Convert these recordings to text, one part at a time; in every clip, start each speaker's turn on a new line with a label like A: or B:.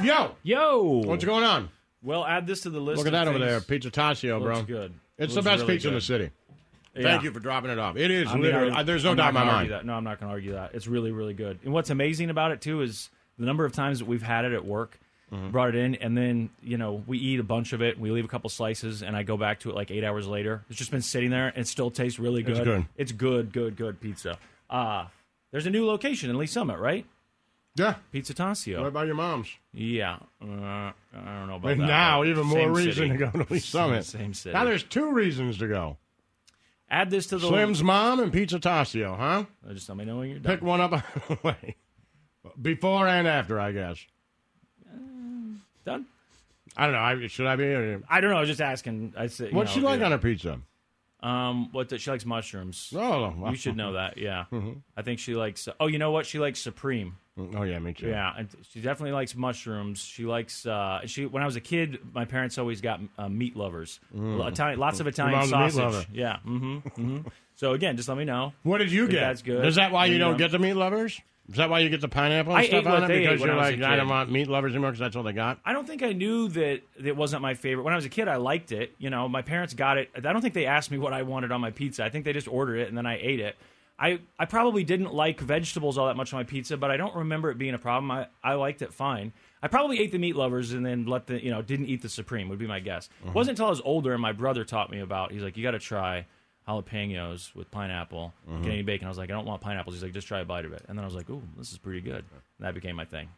A: Yo,
B: Yo.
A: what's going on?
B: Well, add this to the list.
A: Look at
B: of
A: that over
B: things.
A: there, Pizza Taccio, bro.
B: Looks good.
A: It's
B: Looks
A: the best
B: really
A: pizza in
B: good.
A: the city.
B: Yeah.
A: Thank you for dropping it off. It is
B: I mean,
A: literally.
B: I-
A: uh, there's no
B: I'm
A: doubt
B: not
A: in my
B: gonna argue
A: mind.
B: That. No, I'm not going to argue that. It's really, really good. And what's amazing about it too is the number of times that we've had it at work,
A: Mm-hmm.
B: brought it in, and then you know we eat a bunch of it, we leave a couple slices, and I go back to it like eight hours later. It's just been sitting there, and it still tastes really good.
A: good.
B: It's good, good, good pizza. Uh, there's a new location in Lee Summit, right?
A: Yeah.
B: Pizza
A: What
B: Tasio.
A: about your mom's?
B: Yeah, uh, I don't know about
A: And
B: that.
A: now, even more
B: Same
A: reason
B: city.
A: to go to Lee Summit.
B: Same city.
A: Now there's two reasons to go.
B: Add this to the
A: Slim's mom and Pizza Tasio, huh?
B: Uh, Just let me know when you're done.
A: Pick one up on the way. Before and after, I guess.
B: done.
A: I don't know. I, should I be?
B: I don't know. I was just asking. I said, you
A: What's
B: know,
A: she like
B: yeah.
A: on her pizza?
B: Um, what the, she likes mushrooms.
A: Oh, wow.
B: You should know that. Yeah,
A: Mm-hmm.
B: I think she likes. Oh, you know what? She likes Supreme.
A: Oh yeah, me too.
B: Yeah, and she definitely likes mushrooms. She likes. Uh, she when I was a kid, my parents always got uh, meat lovers. Italian, lots of Italian
A: mom's a Mm. meat
B: sausage.
A: lover.
B: Yeah. hmm hmm So again, just let me know.
A: What did you
B: If
A: get?
B: that's good.
A: Is that why you
B: Maybe
A: don't
B: I'm-
A: get the meat lovers? Is that why you get the pineapple and
B: I
A: stuff
B: ate
A: on
B: what
A: it?
B: they ate
A: Because
B: when
A: you're
B: I was
A: like,
B: a
A: I don't
B: kid.
A: want meat lovers anymore because that's all they got.
B: I don't think I knew that it wasn't my favorite. When I was a kid, I liked it. You know, my parents got it. I don't think they asked me what I wanted on my pizza. I think they just ordered it and then I ate it. I, I probably didn't like vegetables all that much on my pizza, but I don't remember it being a problem. I, I liked it fine. I probably ate the meat lovers and then let the, you know, didn't eat the supreme, would be my guess. It wasn't until I was older and my brother taught me about, he's like, you got to try jalapenos with pineapple, Canadian bacon. I was like, I don't want pineapples. He's like, just try a bite of it. And then I was like, ooh, this is pretty good. And that became my thing.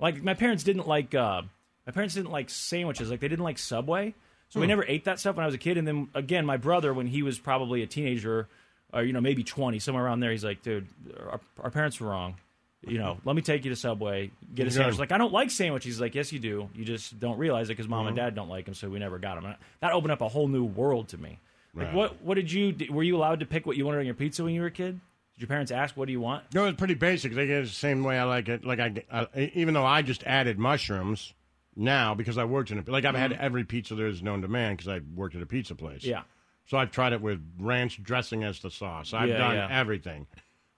B: Like my parents didn't like uh, my parents didn't like sandwiches. Like they didn't like Subway, so we never ate that stuff when I was a kid. And then again, my brother, when he was probably a teenager, or you know maybe twenty, somewhere around there, he's like, "Dude, our, our parents were wrong. You know, let me take you to Subway, get a sandwich." Like I don't like sandwiches. He's like, "Yes, you do. You just don't realize it because mom and dad don't like them, so we never got them." That opened up a whole new world to me. Like
A: Right.
B: what? What did you? Were you allowed to pick what you wanted on your pizza when you were a kid? Did your parents ask, "What do you want?"
A: No, it's pretty basic. They get it the same way I like it. Like I, I- even though I just added mushrooms now because I worked in a like I've had every pizza there is known to man because I worked at a pizza place.
B: Mm-hmm. Yeah.
A: So I've tried it with ranch dressing as the sauce. I've
B: Yeah,
A: done
B: yeah.
A: everything.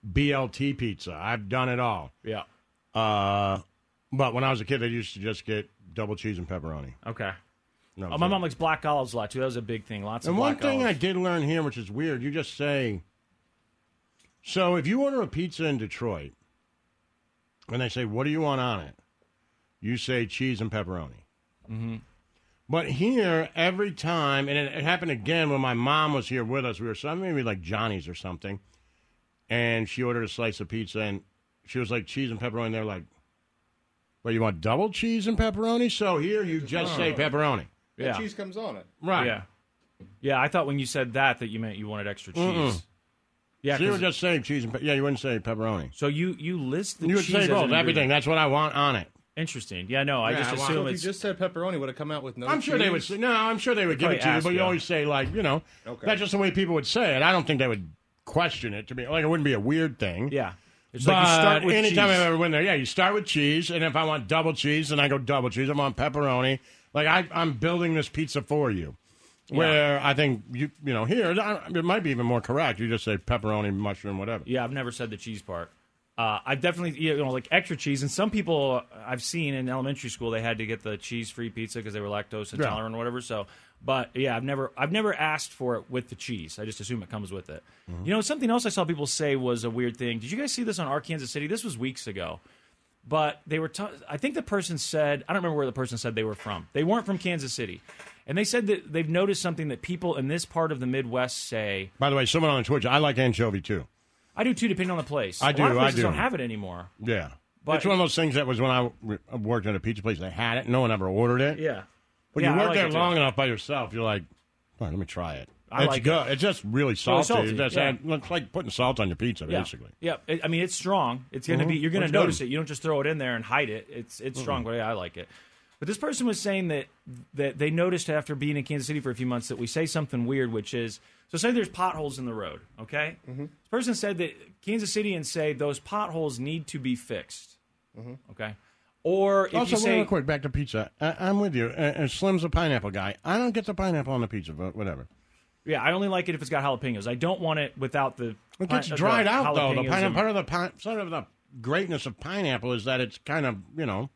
A: BLT pizza. I've done it all.
B: Yeah.
A: Uh, but when I was a kid, I used to just get double cheese and pepperoni.
B: Okay.
A: No,
B: Oh, my mom likes black olives a lot too. That was a big thing. Lots
A: And
B: of
A: one
B: black
A: thing I
B: olives.
A: did learn here, which is weird, you just say. So if you order a pizza in Detroit, and they say, "What do you want on it?" you say cheese and pepperoni. Mm-hmm. But here, every time, and it, it happened again when my mom was here with us. We were some maybe like Johnny's or something, and she ordered a slice of pizza, and she was like cheese and pepperoni. They're like, "Well, you want double cheese and pepperoni?" So here, you just say pepperoni,
B: yeah.
C: cheese comes on it.
A: right?
B: Oh. yeah. Yeah, I thought when you said that that you meant you wanted extra cheese. Yeah.
A: So you were
B: 'cause-
A: just saying cheese and pe- yeah, you wouldn't say pepperoni.
B: so you you list the
A: You would
B: cheese
A: say
B: as an
A: both,
B: ingredient.
A: everything. That's what I want on it.
B: Interesting. Yeah, no, I
A: Yeah,
B: just
A: I want-
B: assume
C: So if you
B: it's
C: just said pepperoni, would it come out with no?
A: I'm sure they would.
C: cheese?
A: Say, no, I'm sure they would give it to
B: probably
A: you, but
B: ask,
A: you
B: yeah.
A: always say like, you know,
C: Okay.
A: that's just the way people would say it. I don't think they would question it to me. Like it wouldn't be a weird thing.
B: yeah. It's
A: But
B: like you start with
A: anytime
B: cheese.
A: I've ever went there, yeah, you start with cheese, and if I want double cheese, then I go double cheese. I want pepperoni. Like I, I'm building this pizza for you. Where I think you, you know, here I- it might be even more correct. You just say pepperoni, mushroom, whatever.
B: Yeah, I've never said the cheese part. Uh, I've definitely, you know, like extra cheese. And some people I've seen in elementary school, they had to get the cheese-free pizza because they were lactose intolerant or whatever. So, but yeah, I've never, I've never asked for it with the cheese. I just assume it comes with it. You know, something else I saw people say was a weird thing. Did you guys see this on Arkansas City? This was weeks ago but they were. T- I think the person said I don't remember where the person said they were from. They weren't from Kansas City, and they said that they've noticed something that people in this part of the Midwest say.
A: By the way, someone on Twitch, I like anchovy too.
B: I do too, depending on the place.
A: I
B: A
A: do,
B: lot of
A: I
B: places
A: do.
B: not have it anymore.
A: Yeah.
B: But-
A: it's one of those things that was when I w- worked at a pizza place. They had it. No one ever ordered it.
B: Yeah.
A: When you
B: Yeah, I
A: work
B: like
A: there
B: it, too.
A: long enough by yourself, you're like, all right, let me try it.
B: I
A: it's
B: like it.
A: good. It's just really salty.
B: salty,
A: That's
B: yeah.
A: it's like putting salt on your pizza,
B: Yeah.
A: basically.
B: Yeah, I- I mean it's strong. It's gonna be you're gonna
A: It's
B: notice
A: good.
B: it. You don't just throw it in there and hide it. It's it's strong, but yeah, I like it. But this person was saying that that they noticed after being in Kansas City for a few months that we say something weird, which is so say there's potholes in the road. Okay,
A: Mm-hmm.
B: this person said that Kansas Cityans say those potholes need to be fixed. Okay, or if
A: Mm-hmm. also,
B: you say
A: real quick, back to pizza. I, I'm with you. Uh, uh, Slim's a pineapple guy. I don't get the pineapple on the pizza, but whatever.
B: yeah, I only like it if it's got jalapenos. I don't want it without the.
A: It
B: pi-
A: gets
B: uh, the
A: dried out though. The
B: jalapenos
A: pine,
B: and-
A: part of the pine, sort of the greatness of pineapple is that it's kind of you know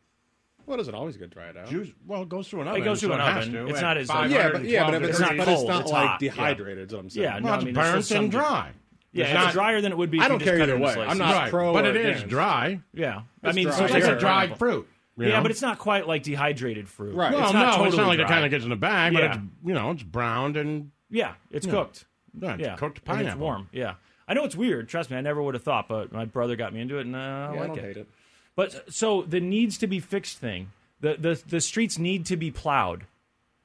C: Well, does it always get dried out?
A: juice. Well, it goes through an oven.
B: goes
A: so
B: through an
A: it has
B: oven.
A: to
B: It's
A: at
B: not as, uh, like,
A: 500.
C: Yeah, but yeah, but, if
B: It's
C: it's,
B: not
C: but
B: cold,
C: it's not
B: it's
C: like
B: hot, yeah.
C: dehydrated. Is what I'm saying.
B: Yeah, no,
A: Well,
B: I
A: it's
B: mean, there's
A: burnt
B: still
A: and
B: some-
A: dry.
B: Yeah,
A: It's
B: it's,
A: not-
B: drier than it would be.
C: I
B: if you
C: don't
B: just
C: care
B: cut it
C: either
B: in
C: way.
B: slices.
C: I'm not
A: right,
C: pro
A: but
C: or
A: it is
C: against.
A: dry.
B: Yeah, I
C: It's
B: mean,
C: dry.
B: so
A: It's like
B: it's
C: Sure.
A: a
C: Sure.
A: dry
B: pineapple.
A: fruit. you
B: Yeah,
A: know?
B: but it's not quite like dehydrated fruit.
C: Right.
B: It's
A: well,
B: not
A: no,
B: totally
A: it's not like
B: dry.
A: it kind of gets in the bag, but
B: Yeah.
A: it's you know it's browned and
B: Yeah, it's cooked.
A: yeah, it's
B: Yeah,
A: cooked
B: And
A: pineapple.
B: it's warm. Yeah, I know it's weird. Trust me, I never would have thought, but my brother got me into it, and uh, I
C: Yeah,
B: like
C: I don't
B: it.
C: hate it.
B: But so the needs to be fixed thing, the the the streets need to be plowed.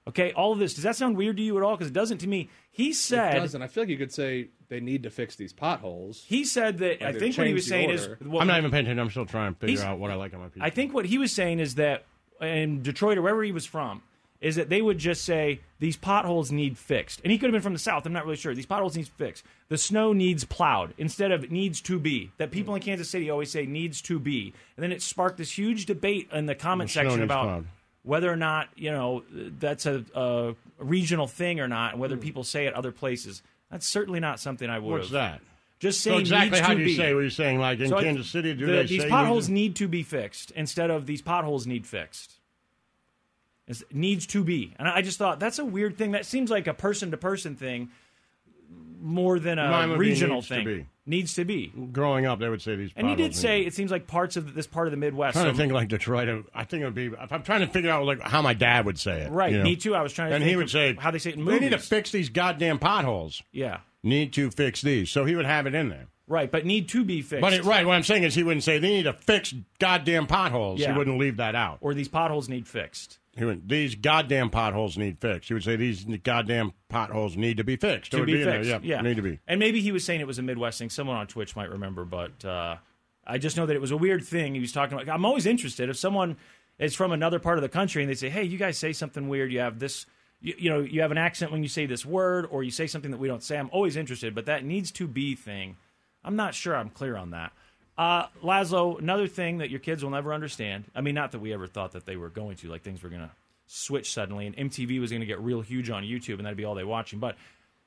B: Okay, all of this. Does that sound weird to you at all? Because it doesn't to me. He
C: It
B: said.
C: doesn't. I feel like you could say they need to fix these potholes.
B: he said that I
C: they've
B: think what he
C: changed
B: was
C: the
B: saying is
C: order.
B: what
A: I'm not even paying attention. I'm still trying to figure
B: He's-
A: out what I like on my pizza.
B: I think what he was saying is that in Detroit or wherever he was from, is that they would just say these potholes need fixed, and he could have been from the south. I'm not really sure. These potholes need fixed. The snow needs plowed instead of needs to be. That people in Kansas City always say needs to be, and then it sparked this huge debate in the comment
A: The snow
B: section
A: needs
B: about
A: plowed.
B: whether or not you know that's a, a regional thing or not, and whether people say it other places. That's certainly not something I would.
A: Hmm. what's
B: have.
A: that?
B: Just saying
A: So exactly
B: needs
A: how
B: to
A: do you
B: be.
A: say what you're saying? Like in
B: So I-
A: Kansas City, do
B: the-
A: they
B: these
A: say
B: potholes
A: you
B: need to be fixed instead of these potholes need fixed? It's- needs to be, and I just thought that's a weird thing. That seems like a person to person thing more than a
A: Mine would be
B: regional
A: needs to
B: thing.
A: be.
B: Needs to be,
A: just- growing up? They would say these.
B: and he
A: potholes
B: did
A: need-
B: say it seems like parts of this part of the Midwest.
A: trying
B: so-
A: to think like Detroit. I- I think it would be. If I'm trying to figure out like how my dad would say it.
B: right,
A: you know?
B: me too. I was trying to.
A: And
B: think
A: he would
B: of
A: say
B: how they say it in
A: They
B: movies.
A: need to fix these goddamn potholes.
B: Yeah,
A: Need to fix these. So he would have it in there.
B: right, but need to be fixed.
A: But it, right, what I'm saying is he wouldn't say they need to fix goddamn potholes.
B: Yeah.
A: He wouldn't leave that out.
B: or these potholes need fixed.
A: He went, these goddamn potholes need fixed. He would say these goddamn potholes need to be fixed. It
B: to
A: would
B: be,
A: in there,
B: fixed.
A: Yeah, need to be.
B: And maybe he was saying it was a Midwest thing. Someone on Twitch might remember, but uh, I just know that it was a weird thing he was talking about. I'm always interested if someone is from another part of the country and they say, "Hey, you guys say something weird. You have this." You, you know, you have an accent when you say this word, or you say something that we don't say. I'm always interested, but that needs to be thing. I'm not sure I'm clear on that. Uh, Laszlo, another thing that your kids will never understand. I mean, not that we ever thought that they were going to, like things were going to switch suddenly and MTV was going to get real huge on YouTube and that'd be all they watching. But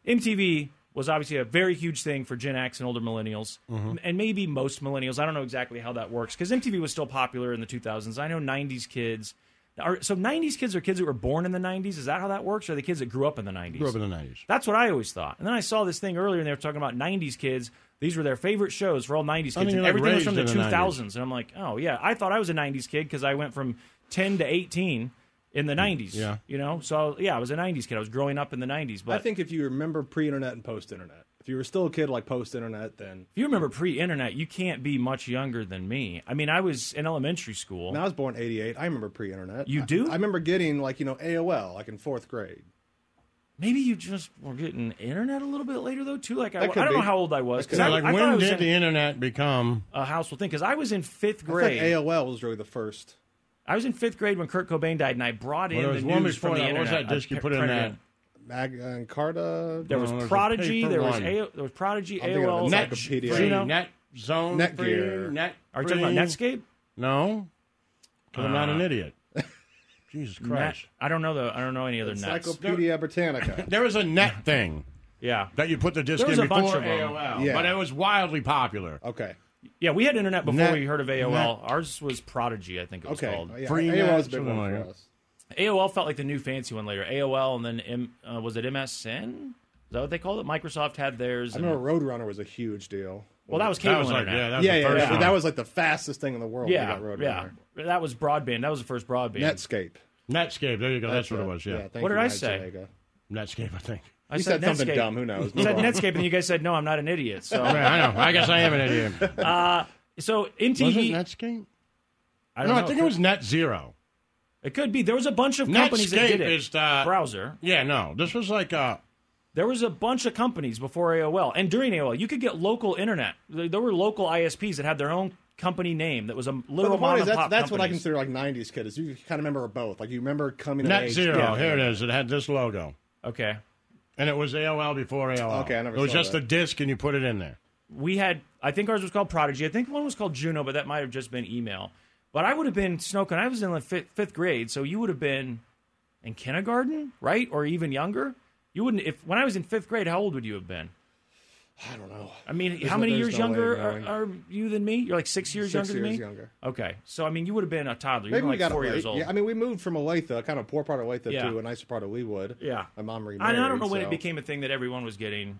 B: MTV was obviously a very huge thing for Gen X and older millennials
A: Mm-hmm.
B: and maybe most millennials. I don't know exactly how that works because MTV was still popular in the 2000s. I know 90s kids. Are, so 90s kids are kids that were born in the 90s. Is that how that works? Or are the kids that grew up in the 90s?
A: Grew up in the 90s.
B: That's what I always thought. And then I saw this thing earlier, and they were talking about '90s kids. These were their favorite shows for all '90s kids.
A: I mean,
B: and
A: like,
B: everything was from the
A: raised in the
B: 2000s, and I'm like, oh yeah, I thought I was a '90s kid because I went from 10 to 18 in the '90s.
A: Mm, Yeah.
B: you know, so yeah, I was a '90s kid. I was growing up in the '90s. But
C: I think if you remember pre-internet and post-internet, if you were still a kid like post-internet, then
B: if you remember pre-internet, you can't be much younger than me. I mean, I was in elementary school.
C: Now, I was born '88. I remember pre-internet.
B: You
C: I-
B: do?
C: I remember getting like you know AOL like in fourth grade.
B: Maybe you just were getting internet a little bit later though, too. Like I, I
C: That
B: don't
C: could
B: know
C: be.
B: how old I was
C: That
B: because
C: could
B: I,
C: be.
A: like,
B: I thought I
A: when
B: was
A: did
B: in
A: the internet become.
B: a household thing because I was in fifth
C: I think
B: grade.
C: AOL was really the first.
B: I was in fifth grade when Kurt Cobain died, and I brought in
A: Well, there
B: the
A: was one
B: news from
A: before
B: the
A: that. What
B: internet.
A: was that
B: I
A: disc you
B: pr-
A: put in
B: printed
A: that?
B: it.
C: Mag uh, and Carta.
B: There was
A: there was a
B: Prodigy.
A: paper
B: There was,
A: one.
B: a- there was Prodigy.
C: I'm thinking of
B: AOL.
C: Encyclopedia.
B: Free, Net-
A: Net zone.
C: Net
A: free,
C: gear.
A: Net
B: Are you talking about
A: free.
B: Netscape? Ah.
A: No. 'cause I'm not an idiot. Jesus Christ.
B: Net- I don't know the. I don't know any other nets.
C: Encyclopedia Britannica.
A: There was a net thing
B: Yeah,
A: that you put the disc
B: There was
A: in
B: a bunch
A: before
B: of 'em.
A: AOL,
C: Yeah.
A: but it was wildly popular.
C: Okay.
B: yeah. We had internet before
A: Net-
B: we heard of AOL.
A: Net-
B: Ours was Prodigy. I think it was
C: Okay.
B: called.
C: Yeah,
A: Free
C: AOL was
A: net,
C: a big one
A: something like
C: for
A: that.
C: us.
B: AOL felt like the new fancy one later. AOL and then M, uh, was it MSN? Is that what they called it? Microsoft had theirs.
C: I
B: and-
C: remember Roadrunner was a huge deal.
B: well, that was cable
A: That was like,
B: internet.
A: yeah, that was
C: yeah,
A: the
C: yeah,
A: first
C: yeah.
A: one.
C: That was like the fastest thing in the world. when
B: yeah,
C: we got
B: yeah.
C: Roadrunner.
B: That was broadband. That was the first broadband.
C: Netscape.
A: Netscape. There you go. That's, what it was. Yeah.
C: thank
B: What
C: you,
B: did I
C: Matt
B: say?
C: Jagger.
A: Netscape, I think.
B: I
C: You said something
B: Netscape.
C: dumb. Who knows?
B: You said
C: Move on.
B: Netscape, and then you guys said, "No, I'm not an idiot." So,
A: Right, I know. I guess I am an idiot.
B: so
A: Was it
B: MTV.
A: Netscape?
B: I
A: No,
B: don't know.
A: I think it was Net Zero.
B: It could be. There was a bunch of companies that did
C: uh,
A: Netscape
B: it.
A: is the-
B: browser.
A: Yeah, no. This was like uh, a
B: There was a bunch of companies before AOL and during AOL. You could get local internet. There there were local ISPs that had their own company name that was a
C: But
B: little
C: the
B: mom
C: point
B: and
C: is, that's,
B: pop.
C: that's what I
B: companies.
C: consider like '90s kid. Is you kind of remember both. Like you remember coming. of
A: Net
C: age-
A: Zero.
C: Yeah.
A: Here it is. It had this logo.
B: Okay,
A: And it was AOL before AOL.
C: Okay, I never
A: It was
C: saw
A: just
C: that.
A: a disc and you put it in there.
B: we had. I think ours was called Prodigy. I think one was called Juno, but that might have just been email. But I would have been Snowcone. I was in the fifth, fifth grade, so you would have been in kindergarten, right, or even younger. You wouldn't. If when I was in fifth grade, how old would you have been?
C: I don't know.
B: I mean,
C: There's
B: how
C: no-
B: many
C: there's
B: years
C: no way
B: younger
C: of
B: are,
C: knowing.
B: are you than me? You're like six years
C: Six
B: younger than
C: years
B: me.
C: younger.
B: Okay, so I mean, you would have been a toddler. You
C: Maybe
B: were
C: we
B: like
C: got
B: four
C: it late.
B: years old.
C: Yeah, I mean, we moved from Olathe, kind of poor part of Olathe,
B: Yeah.
C: to a nicer part of Leawood.
B: Yeah.
C: my mom
B: I,
C: remarried.
B: I don't know when
C: so-
B: it became a thing that everyone was getting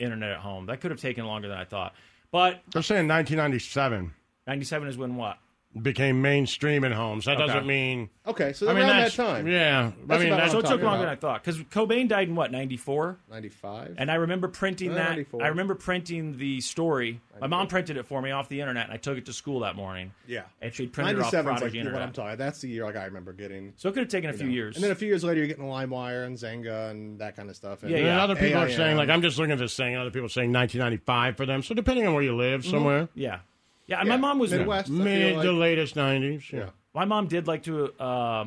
B: internet at home. That could have taken longer than I thought. But
A: They're saying 1997
B: 97 is when what?
A: became mainstream in homes. That
B: Okay.
A: doesn't mean.
C: Okay, so
A: I mean,
C: around that
A: that's,
C: time,
A: Yeah.
C: That's
A: I mean,
C: about
A: that's,
B: So it took
C: talking
B: longer than I
C: about-
B: thought because Cobain died in what 94,
C: ninety-five.
B: and I remember printing
C: Uh,
B: that.
C: 94.
B: I remember printing the story. My mom printed it for me off the internet, and I took it to school that morning.
C: Yeah.
B: and she printed it off
C: 97 is like
B: Prodigy
C: you know what I'm
B: internet.
C: talking. That's the year like I remember getting.
B: so it could have taken a few years.
C: And then a few years later, you're getting LimeWire and Zynga and that kind of stuff. And
B: Yeah,
A: And
B: yeah.
A: other people are
C: AIM.
A: saying, like, I'm just looking at this thing. and Other people are saying 1995 for them. So depending on where you live, somewhere.
B: yeah, yeah. and
C: Yeah.
B: My mom was
C: Midwest. I feel
A: Mid
C: like-
A: to latest 90s. Yeah.
C: Yeah.
B: my mom did like to uh,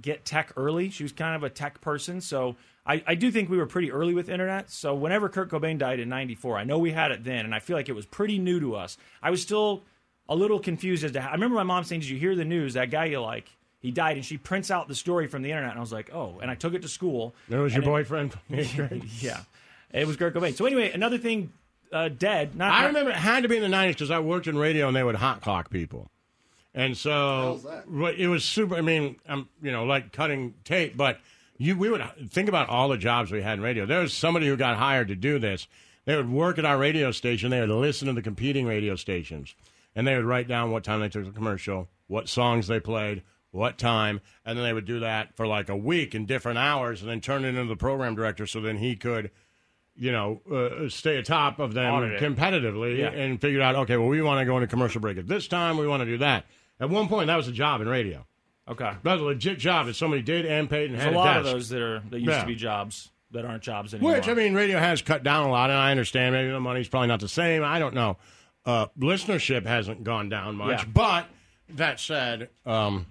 B: get tech early. She was kind of a tech person, so I, I do think we were pretty early with internet. So whenever Kurt Cobain died in '94, I know we had it then, and I feel like it was pretty new to us. I was still a little confused as to. How, I remember my mom saying, "Did you hear the news? That guy you like." He died, and she prints out the story from the internet, and I was like, "Oh!" And I took it to school.
A: There was your boyfriend.
B: Yeah, it was Kurt Cobain. So anyway, another thing, uh, dead. Not
A: I remember it had to be in the nineties because I worked in radio and they would hot clock people, and so
C: hell's that?
A: but it was super. I mean, I'm you know like cutting tape, but you we would think about all the jobs we had in radio. There was somebody who got hired to do this. They would work at our radio station. They would listen to the competing radio stations, and they would write down what time they took the commercial, what songs they played. What time? And then they would do that for like a week in different hours, and then turn it into the program director, so then he could you know, uh, stay atop of them
B: Audit it.
A: competitively
B: Yeah.
A: and figure out, okay, well, we want to go into commercial break at this time. We want to do that. At one point, that was a job in radio.
B: Okay.
A: That was a legit job that somebody did and paid and had
B: There's a lot
A: desk.
B: of those that are that used
A: Yeah.
B: to be jobs that aren't jobs anymore.
A: Which, I mean, radio has cut down a lot, and I understand maybe the money's probably not the same. I don't know. Uh, listenership hasn't gone down much.
B: Yeah.
A: But that said, um,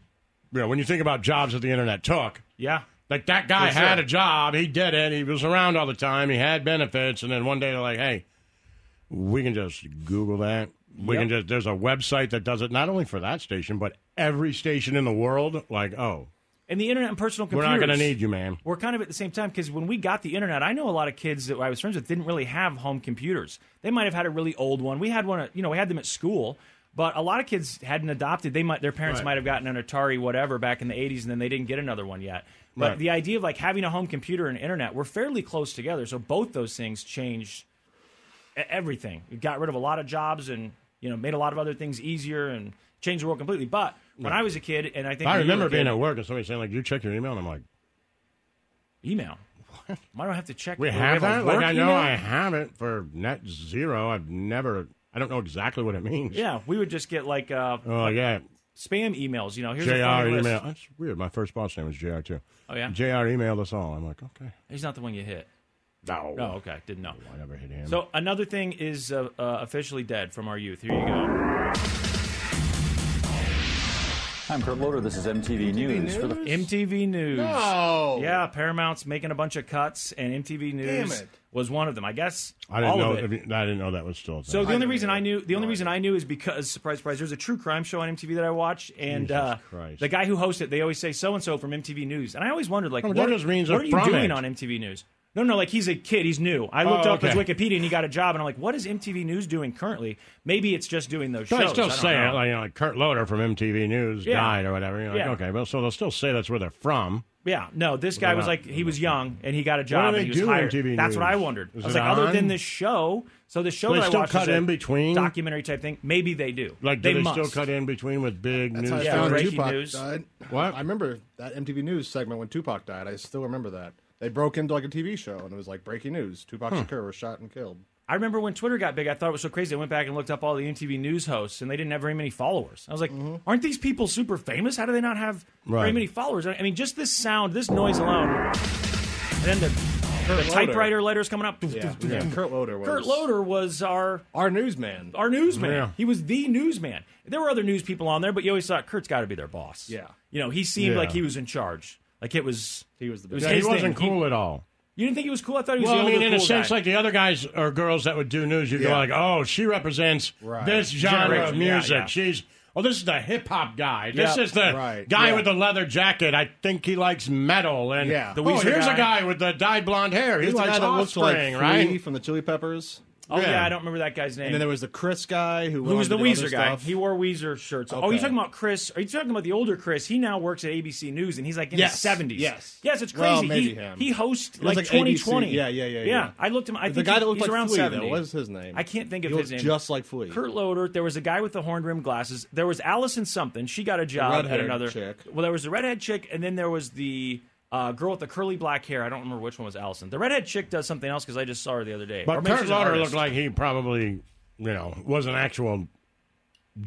A: you know, when you think about jobs that the internet took,
B: yeah.
A: like that guy
B: For sure.
A: had a job, he did it, he was around all the time, he had benefits, and then one day they're like, "Hey, we can just Google that. We
B: Yep.
A: can just." There's a website that does it, not only for that station, but every station in the world. Like, oh,
B: And the internet and personal
A: we're
B: computers.
A: not going to need you, man.
B: We're kind of at the same time because when we got the internet, I know a lot of kids that I was friends with didn't really have home computers. They might have had a really old one. We had one, at- you know, we had them at school, but a lot of kids hadn't adopted. They might their parents
A: Right.
B: might have gotten an Atari, whatever, back in the '80s, and then they didn't get another one yet. But
A: Right.
B: the idea of like having a home computer and internet were fairly close together, so both those things changed e- everything. It got rid of a lot of jobs and you know made a lot of other things easier and changed the world completely. But when I was a kid, and I think
A: I
B: when you were
A: remember
B: a kid-
A: being at work and somebody saying, "Like, you check your email," and I'm like,
B: email. Why do I have to check?
A: "We
B: do
A: have
B: a
A: that." Like,
B: work
A: I know
B: email?
A: I have it for Net Zero. I've never. I don't know exactly what it means.
B: Yeah, we would just get like uh,
A: Oh yeah,
B: spam emails. You know, here's
A: Jr.
B: a phone
A: Email.
B: list.
A: That's weird. My first boss name was Jr. Too.
B: Oh yeah,
A: Jr. Emailed us all. I'm like, okay.
B: he's not the one you hit.
A: No.
B: Oh, okay, didn't know.
A: I never hit him.
B: So another thing is uh, uh, officially dead from our youth. Here you go.
D: I'm Kurt Loder. This is MTV, News. For the
B: MTV News.
C: Oh
B: Yeah, Paramount's making a bunch of cuts, and MTV News
C: it.
B: was one of them. I guess
A: I didn't
B: all
A: know.
B: of it.
A: if you- I didn't know that was still. A thing.
B: So the only
C: didn't
B: reason
C: either.
B: I knew the only
C: No
B: reason I knew is because surprise, surprise, there's a true crime show on MTV that I watch, and
A: Jesus
B: uh,
A: Christ.
B: the guy who hosts it, they always say so and so from MTV News, and I always wondered like,
A: No, but
B: what,
A: Oh, that just means
B: what
A: they're
B: are you
A: from
B: doing
A: it.
B: on MTV News? No, no, like he's a kid, he's new. I looked
A: Oh,
B: up his
A: okay.
B: Wikipedia and he got a job, and I'm like, what is MTV News doing currently? Maybe it's just doing those
A: But
B: shows.
A: they still
B: I don't
A: say
B: know.
A: it, like, you know, like Kurt Loder from MTV News
B: Yeah.
A: died or whatever. You're like,
B: Yeah.
A: okay, well, so they'll still say that's where they're from.
B: yeah, no, this guy
A: they're
B: was
A: not-
B: like he was young and he got a job
A: do
B: and
A: they
B: he was
A: do on
B: hired.
A: MTV
B: That's what I
A: News?
B: wondered.
A: Is
B: I was
A: it
B: like, other
A: on?
B: than this show, so the show
A: Do they
B: that
A: still
B: I watched
A: cut
B: is a
A: in between?
B: documentary type thing. Maybe they do.
A: Like,
B: they
A: do they
B: must.
A: still cut in between with big
C: That's how
A: news?
C: I
B: Yeah,
C: found
B: breaking
C: Tupac
B: news.
C: died.
A: What?
C: I remember that MTV News segment when Tupac died. I still remember that. They broke into like a TV show and it was like breaking news. Tupac Shakur was shot and killed.
B: I remember when Twitter got big, I thought it was so crazy. I went back and looked up all the MTV news hosts, and they didn't have very many followers. I was like, aren't these people super famous? How do they not have
A: Right.
B: very many followers? I mean, just this sound, this noise alone, and then the
C: Kurt
B: the
C: Loder.
B: typewriter letters coming up.
C: Yeah, yeah. Kurt Loder was
B: Kurt Loder Oh, was our
C: our newsman.
B: our newsman.
A: Yeah.
B: He was the newsman. There were other news people on there, but you always thought Kurt's got to be their boss.
C: Yeah.
B: you know, he seemed
A: Yeah.
B: like he was in charge. Like it was,
C: He was the
B: it was
C: best.
A: Yeah, he
B: his
A: wasn't
B: thing.
A: cool at all.
B: You didn't think he was cool? I thought he was.
A: Well,
B: the
A: I mean,
B: older,
A: in a
B: cool
A: sense,
B: guy.
A: like the other guys or girls that would do news, you'd
C: Yeah.
A: go like, "Oh, she represents
C: Right.
A: this genre of
B: Generation, yeah,
A: music.
B: yeah.
A: She's oh, this is the hip hop guy. This
B: Yeah,
A: is the
C: right,
A: guy
C: yeah.
A: with the leather jacket. I think he likes metal. And
C: Yeah. The
A: oh,
B: Weezer
A: here's
B: guy.
A: a guy with the dyed blonde hair. He
C: He's the
A: likes
C: guy that looks like
A: Offspring,
C: Flea
A: right?
C: from the Chili Peppers.
B: oh yeah.
A: yeah.
B: I don't remember that guy's name.
C: And then there was the Chris guy who,
B: Who was the Weezer guy?
C: Stuff.
B: He wore Weezer shirts. Oh,
C: Okay.
B: you talking about Chris? Are you talking about the older Chris? He now works at ABC News, and he's like in
C: Yes,
B: his seventies.
C: yes.
B: yes, it's crazy.
C: Well, maybe
B: he,
C: him.
B: he hosts
C: was
B: like,
C: like
B: twenty
C: ABC.
B: twenty.
C: Yeah, yeah, yeah,
B: yeah.
C: yeah.
B: I looked him. I
C: the
B: think
C: guy
B: he-
C: that looked
B: he's
C: like
B: around
C: Flea, though.
B: seventy.
C: What is his name?
B: I can't think of
C: He
B: his
C: looked
B: name.
C: just like Flea.
B: Kurt Loder. There was a guy with the horn rimmed glasses. There was Allison something. She got a job at
C: redheaded
B: another.
C: chick.
B: Well, there was the redhead chick, and then there was the uh, girl with the curly black hair. I don't remember which one was Allison. The redhead chick does something else because I just saw her the other day. Or
A: But
B: maybe
A: Kurt
B: she's an
A: Loder
B: artist.
A: looked like he probably, you know, was an actual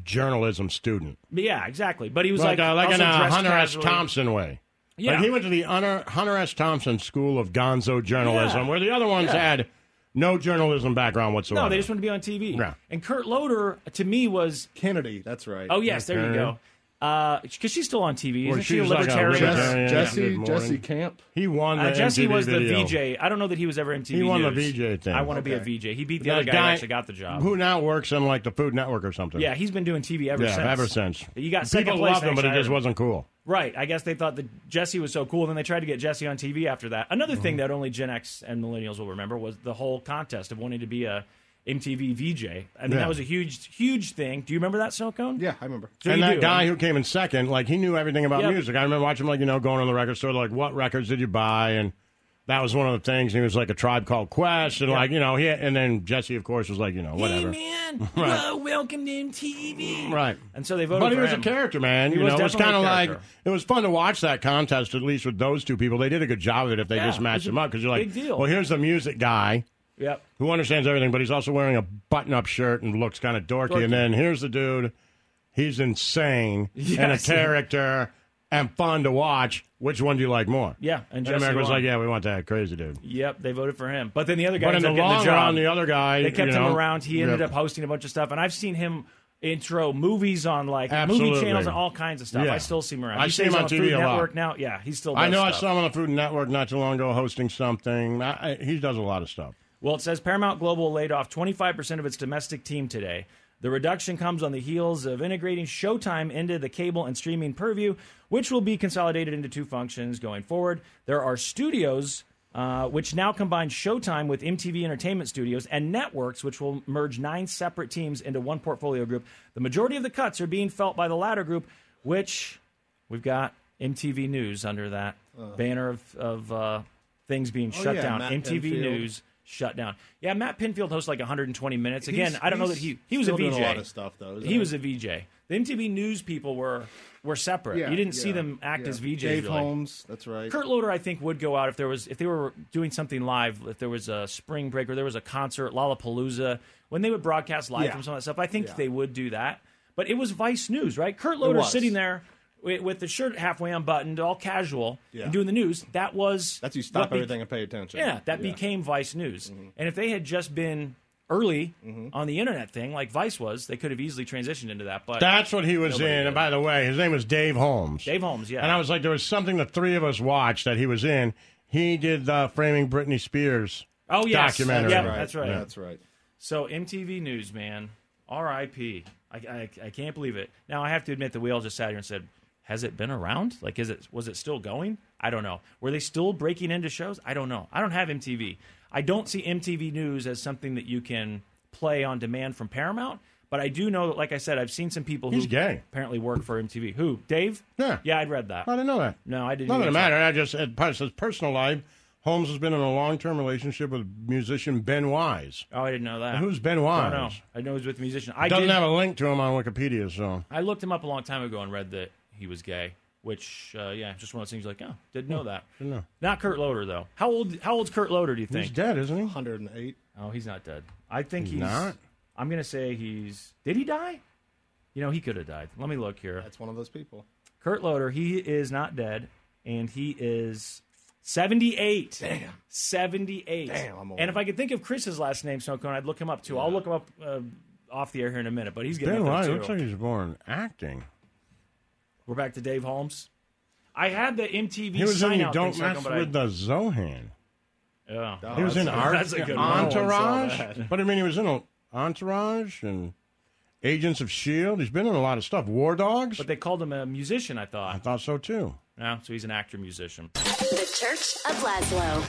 A: journalism student,
B: Yeah, exactly. But he was
A: like
B: like
A: like, uh, like in
B: also
A: a
B: dressed
A: Hunter S.
B: casually.
A: Thompson way.
B: Yeah.
A: Like he went to the Hunter, Hunter S. Thompson School of Gonzo Journalism,
B: Yeah.
A: where the other ones had no journalism background whatsoever.
B: No, they just want to be on TV.
A: Yeah.
B: And Kurt Loder to me was
C: Kennedy. That's right.
B: oh yes, there you go. Because she's still on TV, isn't
A: Well,
B: she?
A: she
B: A
A: was like a
B: libertarian.
A: libertarian.
C: Jess,
A: Yeah.
C: Jesse
A: Good morning.
C: Jesse Camp.
A: he won. The
B: Uh, Jesse
A: MTV
B: was the
A: video.
B: VJ. I don't know that he was ever MTV.
A: He won the
B: News.
A: VJ thing.
B: I want to
C: Okay.
B: be a VJ. He beat the
A: That
B: other guy, who actually got the job.
A: who now works in like the Food Network or something.
B: yeah, he's been doing TV ever
A: yeah,
B: since.
A: ever since.
B: You got second
A: people
B: place
A: loved him,
B: next
A: but he
B: year.
A: just wasn't cool.
B: Right. I guess they thought that Jesse was so cool. Then they tried to get Jesse on TV after that. Another thing
A: Mm-hmm.
B: that only Gen X and millennials will remember was the whole contest of wanting to be a MTV VJ. I mean,
A: Yeah.
B: that was a huge, huge thing. Do you remember that, Snow Cone?
C: Yeah, I remember.
B: So
A: and
B: you
A: that
B: do.
A: guy who came in second, like he knew everything about
B: Yep.
A: music. I remember watching him, like you know, going to the record store, like what records did you buy, and that was one of the things. He was like a tribe called Quest, and like you know, he and then Jesse, of course, was like you know whatever,
B: Hey man, Whoa, welcome to MTV.
A: right?
B: And so they voted.
A: But he
B: for
A: was a
B: him.
A: character, man.
B: He
A: you
B: was
A: know, it was kind
B: definitely
A: of
B: a
A: like
B: character.
A: it was fun to watch that contest. At least with those two people, they did a good job of it. If they
B: Yeah,
A: just
B: it's
A: matched
B: a
A: them up, because you're like,
B: big deal.
A: well, here's the music guy.
B: Yep.
A: who understands everything, but he's also wearing a button-up shirt and looks kind of dorky.
B: Dorky.
A: And then here's the dude, he's insane and a
B: Yes.
A: character and fun to watch. Which one do you like more?
B: Yeah, and
A: and
B: Jesse
A: America was
B: won.
A: like, yeah, we want that crazy dude.
B: Yep. They voted for him. But then the other guy
A: But in the
B: ended up getting
A: long
B: the job.
A: run, the other guy
B: they kept
A: you know,
B: him around. He ended
A: yeah.
B: up hosting a bunch of stuff, and I've seen him intro movies on like
A: Absolutely.
B: movie channels and all kinds of stuff.
A: Yeah.
B: I still see him around.
A: I
B: He
A: see
B: stays
A: him on
B: the
A: TV
B: Food
A: a lot.
B: Network now. Yeah, he still. Does
A: I know I
B: stuff.
A: saw him on the Food Network not too long ago hosting something. I, I, he does a lot of stuff.
B: Well, it says Paramount Global laid off 25% of its domestic team today. The reduction comes on the heels of integrating Showtime into the cable and streaming purview, which will be consolidated into two functions going forward. There are studios. Uh, which now combine Showtime with MTV Entertainment Studios and networks, which will merge nine separate teams into one portfolio group. The majority of the cuts are being felt by the latter group, which we've got MTV News under that banner of, of uh, things being shut
C: Uh. Oh, yeah,
B: down.
C: Matt
B: MTV
C: Penfield.
B: News shut down. Yeah, Matt Pinfield hosts like 120 minutes. Again,
C: He's-
B: I don't know that
C: he's
B: he he was a
C: still
B: VJ.
C: doing a lot of stuff, though, isn't
B: He
C: he?
B: was a VJ. The MTV News people were were separate.
C: Yeah,
B: you didn't see
C: yeah,
B: them act
C: yeah.
B: as VJs.
C: Dave
B: really.
C: Holmes. That's right.
B: Kurt Loder, I think, would go out if there was if they were doing something live, if there was a spring break or there was a concert, Lollapalooza, when they would broadcast live
C: Yeah.
B: from some of that stuff. I think
C: Yeah.
B: they would do that. But it was Vice News, right? Kurt Loder
C: was.
B: sitting there with, with the shirt halfway unbuttoned, all casual,
C: Yeah.
B: and doing the news. That was
C: That's you stop
B: what be-
C: everything and pay attention.
B: yeah, that became Vice News.
A: Mm-hmm.
B: And if they had just been early on the internet thing, like Vice was, they could have easily transitioned into that. But
A: That's what he was in. And by the way, his name was Dave Holmes.
B: Dave Holmes, yeah,
A: And I was like, there was something the three of us watched that he was in. He did the Framing Britney Spears
B: oh yes,
A: documentary.
B: yeah, that's right.
C: That's right.
B: So MTV News, man, R.I.P. I, I I can't believe it. Now I have to admit that we all just sat here and said, has it been around? Like, is it was it still going? I don't know. Were they still breaking into shows? I don't know. I don't have MTV. I don't see MTV News as something that you can play on demand from Paramount. But I do know that, like I said, I've seen some people who
A: He's gay.
B: apparently work for MTV. Who? Dave?
A: Yeah.
B: Yeah, I'd read that.
A: I didn't know that.
B: No, I didn't
A: Not that
B: either.
A: it mattered. I just it says personal life. Holmes has been in a long-term relationship with musician Ben Wise.
B: Oh, I didn't know that.
A: Who's Ben
B: I
A: Wise?
B: don't know. I know he's with a musician. I
A: Doesn't
B: did,
A: have a link to him on Wikipedia, so
B: I looked him up a long time ago and read that he was gay, which uh, yeah, just one of those things like, oh, didn't know that.
A: didn't know.
B: Not Kurt Loder though. How old how old's Kurt Loder do you think?
A: he's dead, isn't he?
C: 108.
B: Oh, he's not dead. I think he's,
A: not?
B: I'm going to say he's Did he die? You know, he could have died. Let me look here.
C: That's one of those people.
B: Kurt Loder, he is not dead and he is 78. Damn. 78.
C: Damn, I'm old.
B: And if I could think of Chris's last name, Snow Cone, I'd look him up too. I'll look him up uh, off the air here in a minute, but he's getting
A: Dan
B: up
A: Lyon
B: there
A: looks
B: too.
A: like he's born acting.
B: We're back to Dave Holmes. I had the MTV
A: He was in
B: sign
A: You
B: out
A: Don't
B: thing, Snow
A: Mess
B: Cone, but I-
A: with the Zohan.
B: Yeah.
C: Oh,
A: He was
C: that's
A: in
C: a-
A: Art
B: that's a good one.
A: Entourage,
C: No one saw
A: but I mean, he was in a, Entourage and Agents of Shield. E He's been in a lot of stuff. War Dogs.
B: But they called him a musician, I
A: I
B: thought.
A: thought so too.
B: Yeah, so he's an actor musician.
E: The Church of Laszlo.